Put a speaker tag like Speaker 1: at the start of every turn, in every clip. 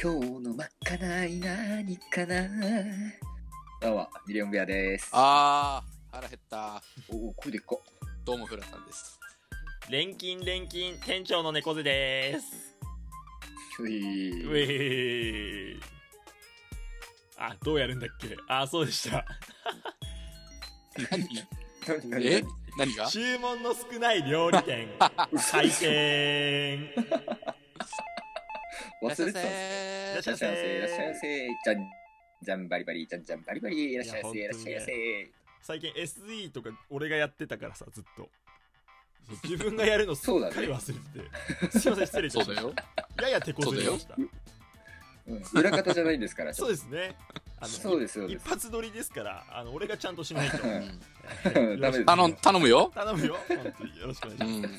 Speaker 1: 今日の真っ赤な何かなどうも、ミリオンベアです。
Speaker 2: あー、腹減った。
Speaker 1: おお、これでっか。
Speaker 2: どうも、フラさんです。
Speaker 3: 錬金錬金店長の猫背です
Speaker 1: う
Speaker 3: う
Speaker 1: い
Speaker 3: えーあどうやるんだっけあそうでした
Speaker 1: 何何
Speaker 2: え
Speaker 1: 何
Speaker 2: 何が
Speaker 3: 注文の少ない料理店
Speaker 1: 嘘
Speaker 3: 開店
Speaker 1: 忘れてたんすいらっし
Speaker 3: いらっ
Speaker 1: ゃいませ、いらっしゃいませ。じゃん、じゃんバリバリ、じゃんじゃんバリバリ、いらっしゃいませ、い
Speaker 3: いや
Speaker 1: らっしゃいませ。
Speaker 3: 最近 SE とか俺がやってたからさずっとそう自分がやるのすっかり忘れてて、すいません失礼し
Speaker 2: そ
Speaker 3: ま
Speaker 2: う
Speaker 3: し
Speaker 2: だよ。
Speaker 3: たやや手こずりました
Speaker 1: うん、裏方じゃないですから、ち
Speaker 3: そ
Speaker 1: ょ
Speaker 3: う
Speaker 1: っ
Speaker 3: ですね
Speaker 1: と。
Speaker 3: あの
Speaker 1: そうです、そうで
Speaker 3: 一
Speaker 1: す。
Speaker 3: 発撮りですからあの俺がちゃんとしないと
Speaker 1: うん
Speaker 2: うん
Speaker 3: はい
Speaker 1: ダメです
Speaker 2: 頼ん頼むよ。
Speaker 3: 頼むよ本当によろしくお願いし
Speaker 2: う
Speaker 3: ま
Speaker 2: ん。
Speaker 3: す、ま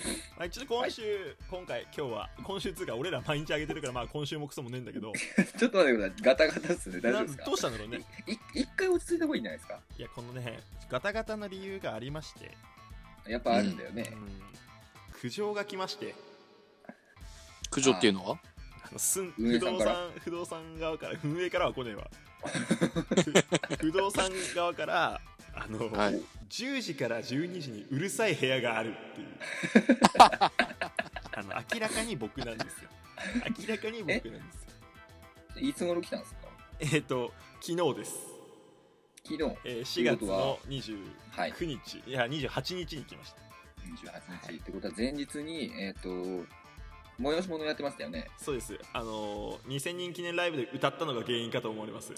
Speaker 3: あ、ちょっと今週、今回、今日は、今週つうか、俺ら毎日あげてるから、まあ今週もクソもねえんだけど、
Speaker 1: ちょっと待ってください。ガタガタっすね。大丈
Speaker 3: な
Speaker 1: 夫
Speaker 3: ん
Speaker 1: ですか
Speaker 3: どうしたんだろうね。
Speaker 1: い一回落ち着いた方がいいんじゃないですか
Speaker 3: いや、このね、ガタガタな理由がありまして、
Speaker 1: やっぱあるんだよね
Speaker 3: う。ん苦情が来まして、
Speaker 2: 苦情っていうのは
Speaker 3: あのすん
Speaker 1: 運営
Speaker 3: 不
Speaker 1: さん
Speaker 3: 動
Speaker 1: から
Speaker 3: 産、不動産側から、運営からは来ね えわ。ふ不動産側から、あの、
Speaker 2: はい。
Speaker 3: 10時から12時にうるさい部屋があるっていうあの明らかに僕なんですよ明らかに僕なんですよ
Speaker 1: いつ頃来たんですか
Speaker 3: えっ、と昨日です
Speaker 1: 昨日、
Speaker 3: えー、
Speaker 1: というこ
Speaker 3: 4月
Speaker 1: とは
Speaker 3: の29
Speaker 1: はい
Speaker 3: 日、い、や28日に来ました
Speaker 1: 28日ってことは前日に、えっ、と、催し物やってましたよね。
Speaker 3: そうですあのー、2000人記念ライブで歌ったのが原因かと思われます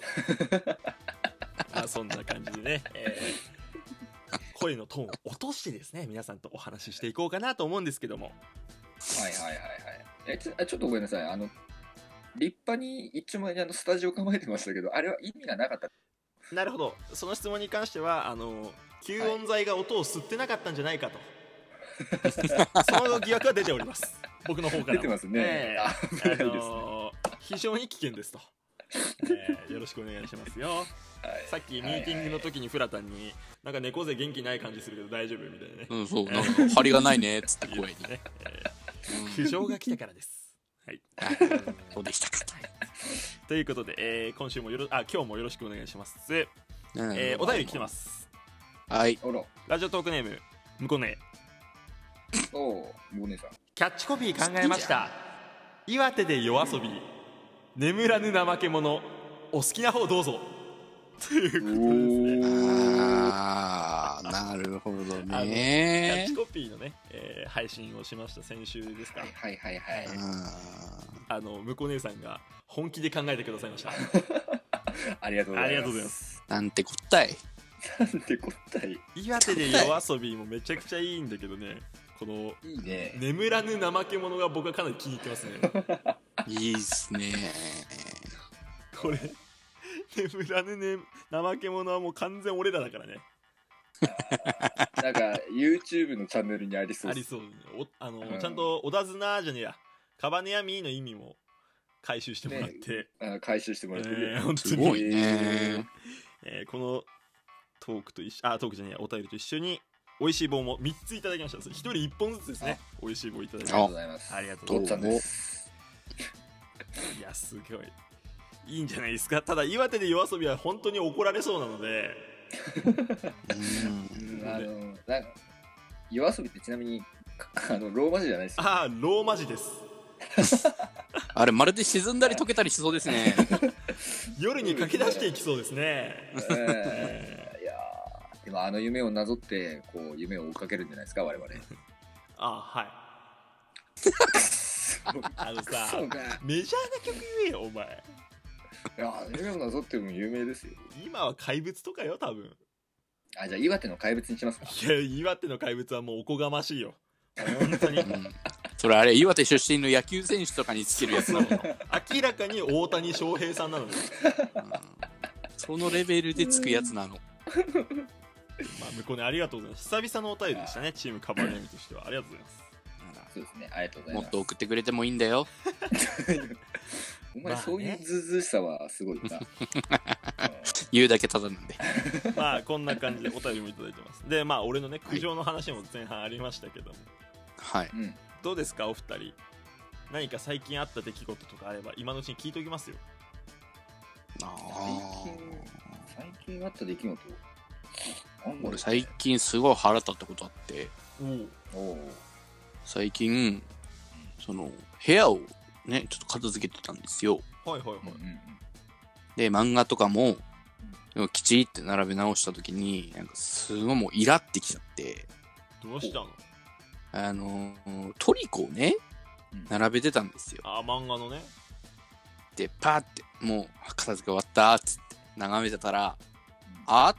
Speaker 3: まあそんな感じでね、 えー声のトーンを落としてですね皆さんとお話ししていこうかなと思うんですけども
Speaker 1: はいはいはいはい。えちょあちょっとごめんなさい。あの、立派に一丁前にあのスタジオ構えてましたけど、あれは意味がなかった。
Speaker 3: なるほどその質問に関してはあのー吸音材が音を吸ってなかったんじゃないか と、その疑惑が出ております僕の方か
Speaker 1: 出
Speaker 3: らも
Speaker 1: てますね。
Speaker 3: ええ
Speaker 1: 危
Speaker 3: あ
Speaker 1: ないで
Speaker 3: の
Speaker 1: すね。
Speaker 3: ー非常に危険ですと、えーよろしくお願いしますよ
Speaker 1: はい
Speaker 3: さっきミーティングの時にフラタンに「なんか猫背元気ない感じするけど大丈夫?」みたいなね
Speaker 2: うん、そう。なんか、張りがないね、つって声に。
Speaker 3: ね
Speaker 2: うん
Speaker 3: 苦情が来たからです はい
Speaker 2: そうでしたか。
Speaker 3: ということで、えー今週もよろあ今日もよろしくお願いします、え
Speaker 2: うん
Speaker 3: ーお便り来てます
Speaker 2: はい。
Speaker 1: あら、
Speaker 3: ラジオトークネーム向こうね
Speaker 1: おお、お 姉さん。
Speaker 3: キャッチコピー考えました岩手で夜遊び眠らぬ怠け者お好きな方どうぞということですね
Speaker 2: あー、なるほど
Speaker 3: キャッ
Speaker 2: ね
Speaker 3: チ。コピーのね、えー配信をしました先週ですか
Speaker 1: はいはいはいはい。
Speaker 2: あ
Speaker 3: あの向こう姉さんが本気で考えてくださいました
Speaker 1: ありがとうございます。。
Speaker 3: ありがとうございます
Speaker 2: ーなんてこったい。
Speaker 1: なんてこったい。
Speaker 3: 岩手で夜遊びもめちゃくちゃいいんだけどねこの
Speaker 1: いいね。
Speaker 3: 眠らぬ怠け者が僕はかなり気に入ってます ね
Speaker 2: いいっすね。
Speaker 3: これ眠らぬ、ね、怠け者はもう完全俺らだからね
Speaker 1: なんか、YouTube のチャンネルにありそう
Speaker 3: あ
Speaker 1: っす
Speaker 3: りそうおあの、
Speaker 1: うん
Speaker 3: ちゃんと織田綱じゃねえやカバネやミーの意味も回収してもらって、
Speaker 1: あ回収してもらって
Speaker 3: え
Speaker 1: る
Speaker 3: ー、。本当
Speaker 2: す
Speaker 3: に
Speaker 2: ごいね。
Speaker 3: えーこのトークと一緒あトークじゃねえお便りと一緒に美味しい棒も3ついただきましたそれ1人1本ずつですね美味しい棒いただ
Speaker 1: あ
Speaker 3: き
Speaker 1: りが
Speaker 3: ました
Speaker 1: とうございます。
Speaker 3: ありがとう
Speaker 1: とっ
Speaker 3: ご
Speaker 1: ち
Speaker 3: ざ
Speaker 1: ゃ
Speaker 3: い
Speaker 1: ん
Speaker 3: ま
Speaker 1: です。
Speaker 3: すいやすごいいいんじゃないですかただ岩手で夜遊びは本当に怒られそうなので
Speaker 2: うん
Speaker 1: うんあの、なんか、夜遊びってちなみに、かあ の、ローマ字じゃないですよ。
Speaker 3: ああローマ字です
Speaker 2: あれ、まるで沈んだり溶けたりしそうですね。
Speaker 3: 夜に駆け出していきそうですね、
Speaker 1: え
Speaker 3: え
Speaker 1: ーいやーでもあの夢をなぞって、こう、夢を追いかけるんじゃないですか、我々。
Speaker 3: ー あーはいあのさ
Speaker 1: そうか。い
Speaker 3: メジャーな曲言えよお前
Speaker 1: やー夢をなぞっても有名ですよ。
Speaker 3: 今は怪物とかよ多分
Speaker 1: あ、じゃあ岩手の怪物にしますか。
Speaker 3: いや岩手の怪物はもうおこがましいよ本当に
Speaker 2: うんそれあれ、岩手出身の野球選手とかにつけるやつなの。
Speaker 3: 明らかに大谷翔平さんなので、
Speaker 2: うんそのレベルでつくやつなの。
Speaker 3: まあ、向こうねありがとうございます久々のお便りでしたねチームカバーネームとしてはありがとうございます
Speaker 1: そうですね。ありがとうござい
Speaker 2: も
Speaker 1: ます。
Speaker 2: っと送ってくれてもいいんだよ。
Speaker 1: お前、そういうずうずうしさはすごいな。
Speaker 2: 言うだけただなんで。
Speaker 3: まあこんな感じでお便りもいただいてますでまあ俺のね苦情の話も前半ありましたけども、
Speaker 2: はい。
Speaker 1: うん。
Speaker 3: どうですかお二人何か最近あった出来事とかあれば今のうちに聞いておきますよ
Speaker 2: あ
Speaker 1: 最近最近あった出来事なん
Speaker 2: ー
Speaker 1: だろう
Speaker 2: 俺最近すごい腹立ったことあって
Speaker 3: お
Speaker 1: おう
Speaker 2: 最近その部屋をねちょっと片付けてたんですよ
Speaker 3: おはいはいはい、
Speaker 1: うんうんうん
Speaker 2: で漫画とかもきちって並べ直した時になんかすごいもうイラってきちゃって
Speaker 3: どうしたの
Speaker 2: あのートリコをね
Speaker 1: うん
Speaker 2: 並べてたんですよ
Speaker 3: あー漫画のね
Speaker 2: でパーってもう片付け終わったっつって眺めてたらあ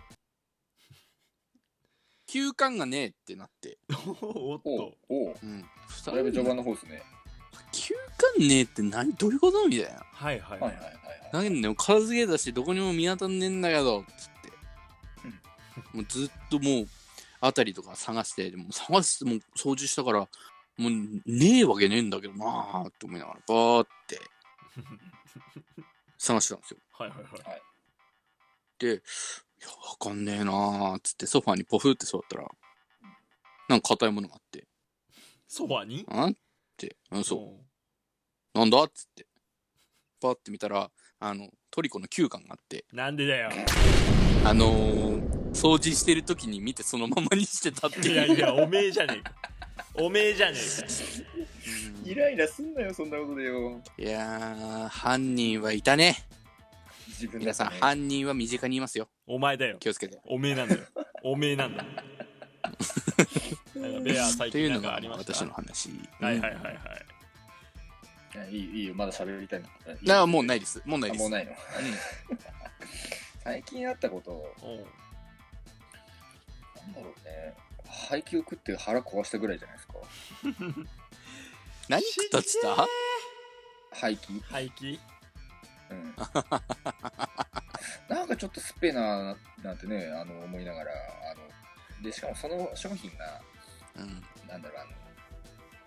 Speaker 2: 休館がねえってなって、
Speaker 3: おっ
Speaker 1: おう
Speaker 3: と
Speaker 1: おう
Speaker 2: うん、二
Speaker 1: だいぶ
Speaker 2: 人
Speaker 1: 序盤の方ですね
Speaker 2: 休館ねえって何どういうことみたいな
Speaker 3: はいはい
Speaker 1: は
Speaker 3: はいい、
Speaker 1: はいはいはい
Speaker 2: なんでも片付けたしどこにも見当たんねえんだけどつって
Speaker 1: うん、
Speaker 2: もうずっともう辺りとか探してでも探してもう掃除したからもうねえわけねえんだけどなあって思いながらバ ーって探してたんですよ
Speaker 3: はいはいはい
Speaker 2: でいやわかんねえなあつってソファーにポフって座ったらなんか硬いものがあって
Speaker 3: そばに
Speaker 2: あんってうんそう
Speaker 3: うん
Speaker 2: なんだっつってパーって見たらあのトリコの9巻があって
Speaker 3: なんでだよ
Speaker 2: あのー掃除してる時に見てそのままにしてたって
Speaker 3: い
Speaker 2: い
Speaker 3: や
Speaker 2: う
Speaker 3: いやおめえじゃねえかおめえじゃねえか
Speaker 1: イライラすんなよそんなことでよ
Speaker 2: いやー犯人はいたね
Speaker 1: 自分
Speaker 2: 皆
Speaker 1: だ
Speaker 2: さん
Speaker 1: ってね
Speaker 2: 犯人は身近にいますよ
Speaker 3: お前だよ
Speaker 2: 気をつけて
Speaker 3: おめえなんだよおめえなんだよなんかベア最
Speaker 2: という
Speaker 3: 近な
Speaker 2: の
Speaker 3: んか
Speaker 2: が
Speaker 3: ありました
Speaker 2: 私の話
Speaker 3: はいはい
Speaker 2: うん
Speaker 3: はいはい
Speaker 1: いやいいいいよまだ喋りたいの
Speaker 2: だからもうないですもうない
Speaker 1: あ
Speaker 2: です
Speaker 1: もうないの
Speaker 2: うん
Speaker 1: 最近あったこと
Speaker 3: おう
Speaker 1: なんだろうね配給食って腹壊したぐらいじゃないですか
Speaker 2: 何食ったっつった
Speaker 1: 廃棄
Speaker 3: 廃棄
Speaker 1: うん、なんかちょっとすっぺーななんてねあの思いながらあのでしかもその商品が
Speaker 2: うん
Speaker 1: なんだろうあの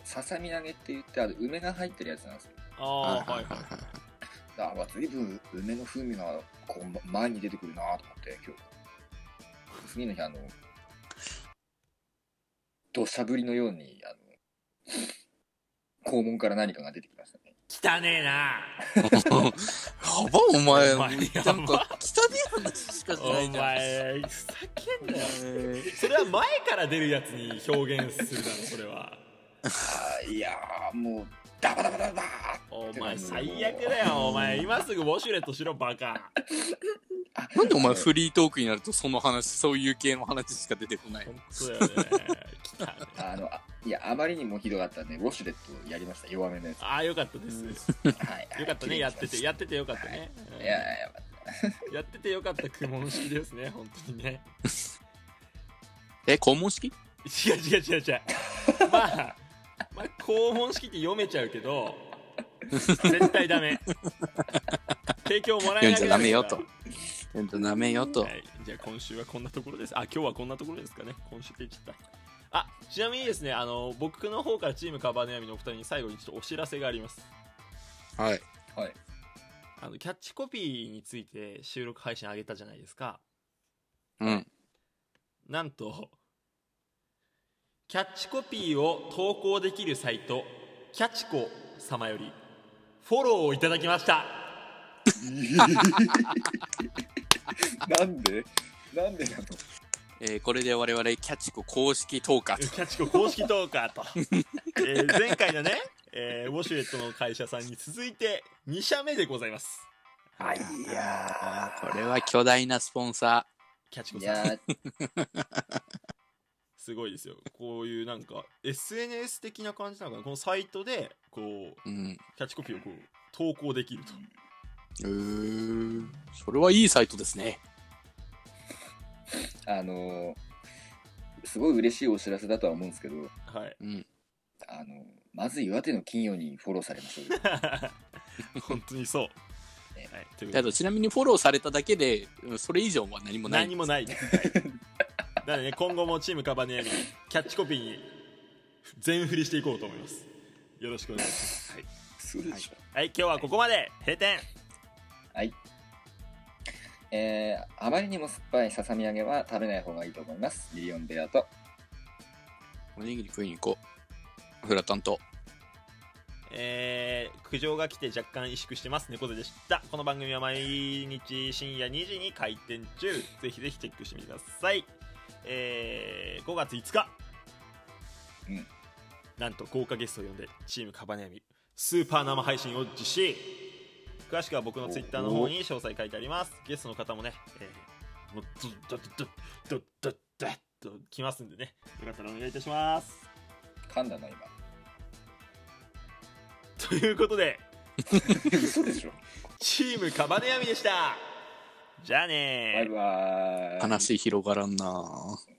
Speaker 1: ささみ揚げって言ってあの梅が入ってるやつなんですよ
Speaker 3: ああーはいはい
Speaker 2: い
Speaker 1: あまあ随分梅の風味がこうま前に出てくるなと思って今日次の日あの土砂降りのようにあの肛門から何かが出てきましたね
Speaker 3: 汚ねえな
Speaker 2: やばお前
Speaker 3: お前やば
Speaker 2: なんか汚い話しかし
Speaker 3: お
Speaker 2: ないじゃん
Speaker 3: 前ふざけんなよそれは前から出るやつに表現するだろそれは
Speaker 1: あーいやーもうダバダバダバー
Speaker 3: お前最悪だよお前今すぐウォシュレットしろバカ
Speaker 1: あ
Speaker 2: なんでお前フリートークになるとその話そういう系の話しか出てこない
Speaker 3: 本当だよね汚ねえ
Speaker 1: あのあいやあまりにもひどかったんでウォシュレットやりました弱めのやつ
Speaker 3: ああよかったです
Speaker 1: はいはい
Speaker 3: よかったねやってて
Speaker 1: い
Speaker 3: やっててよかったねう
Speaker 1: や
Speaker 3: ん
Speaker 1: いやいや
Speaker 3: やっててよかった苦悶式ですね本当にね
Speaker 2: え肛門式
Speaker 3: 違う違う違う違うまあまあ肛門式って読めちゃうけど絶対ダメ提供もら
Speaker 2: 読ん
Speaker 3: えなくなる
Speaker 2: じ
Speaker 3: か
Speaker 2: ゃダ
Speaker 3: ら
Speaker 2: メよと読んじゃダメよと
Speaker 3: はい、じゃあ今週はこんなところですあ今日はこんなところですかね今週って言っちゃったあちなみにですねあの僕の方からチームカバーネアミのお二人に最後にちょっとお知らせがあります
Speaker 2: はい
Speaker 1: はい
Speaker 3: あのキャッチコピーについて収録配信あげたじゃないですか
Speaker 2: うん
Speaker 3: なんとキャッチコピーを投稿できるサイトキャチコ様よりフォローをいただきました
Speaker 1: なんでなんでなの
Speaker 2: えーこれで我々キャチコ公式投下
Speaker 3: キャッチコ公式トーカーと、 えー前回のね、えーウォシュレットの会社さんに続いて2社目でございます
Speaker 1: あいや
Speaker 2: これは巨大なスポンサ
Speaker 3: キャッチ
Speaker 1: ー
Speaker 3: コ
Speaker 1: い
Speaker 3: さ
Speaker 1: や
Speaker 3: ん
Speaker 1: ー
Speaker 3: すごいですよこういうなんか SNS 的な感じなのかなこのサイトでこう
Speaker 2: ーうん
Speaker 3: キャッチコピーをこう投稿できると
Speaker 2: うーんそれはいいサイトですね
Speaker 1: あのーすごい嬉しいお知らせだとは思うんですけど
Speaker 3: はい
Speaker 2: うん
Speaker 1: あのまず岩手の金曜にフォローされましょうよ
Speaker 3: 本当にそう、はい
Speaker 1: ね、
Speaker 3: というこ
Speaker 2: あ
Speaker 3: とで
Speaker 2: とちなみにフォローされただけでうんそれ以上は何もない
Speaker 3: 何も ないですはいなのでね今後もチームカバネアミキャッチコピーに全振りしていこうと思いますよろしくお願いしますはい、
Speaker 1: そうでしょ
Speaker 3: はい、今日はここまで閉店
Speaker 1: はいえー、あまりにも酸っぱいささみ揚げは食べない方がいいと思いますミリオンベアと
Speaker 2: おにぎり食いに行こうフラタンと
Speaker 3: えー苦情が来て若干萎縮してます猫背でしたこの番組は毎日深夜2時に開店中ぜひぜひチェックしてみてください、えー5月5日、
Speaker 1: うん
Speaker 3: なんと豪華ゲストを呼んでチームカバネヤミスーパー生配信を実施詳しくは僕のツイッターの方に詳細書いてありますゲストの方もね、えーもうずっとずっとずっとずっと来ますんでねよかったらお願いいたします
Speaker 1: 噛んだ な、今。
Speaker 3: ということで
Speaker 1: 嘘でしょ。
Speaker 3: チームカバネヤミでしたじゃあ
Speaker 1: バ
Speaker 3: ねー
Speaker 1: イバーイ。
Speaker 2: 話広がらんなぁ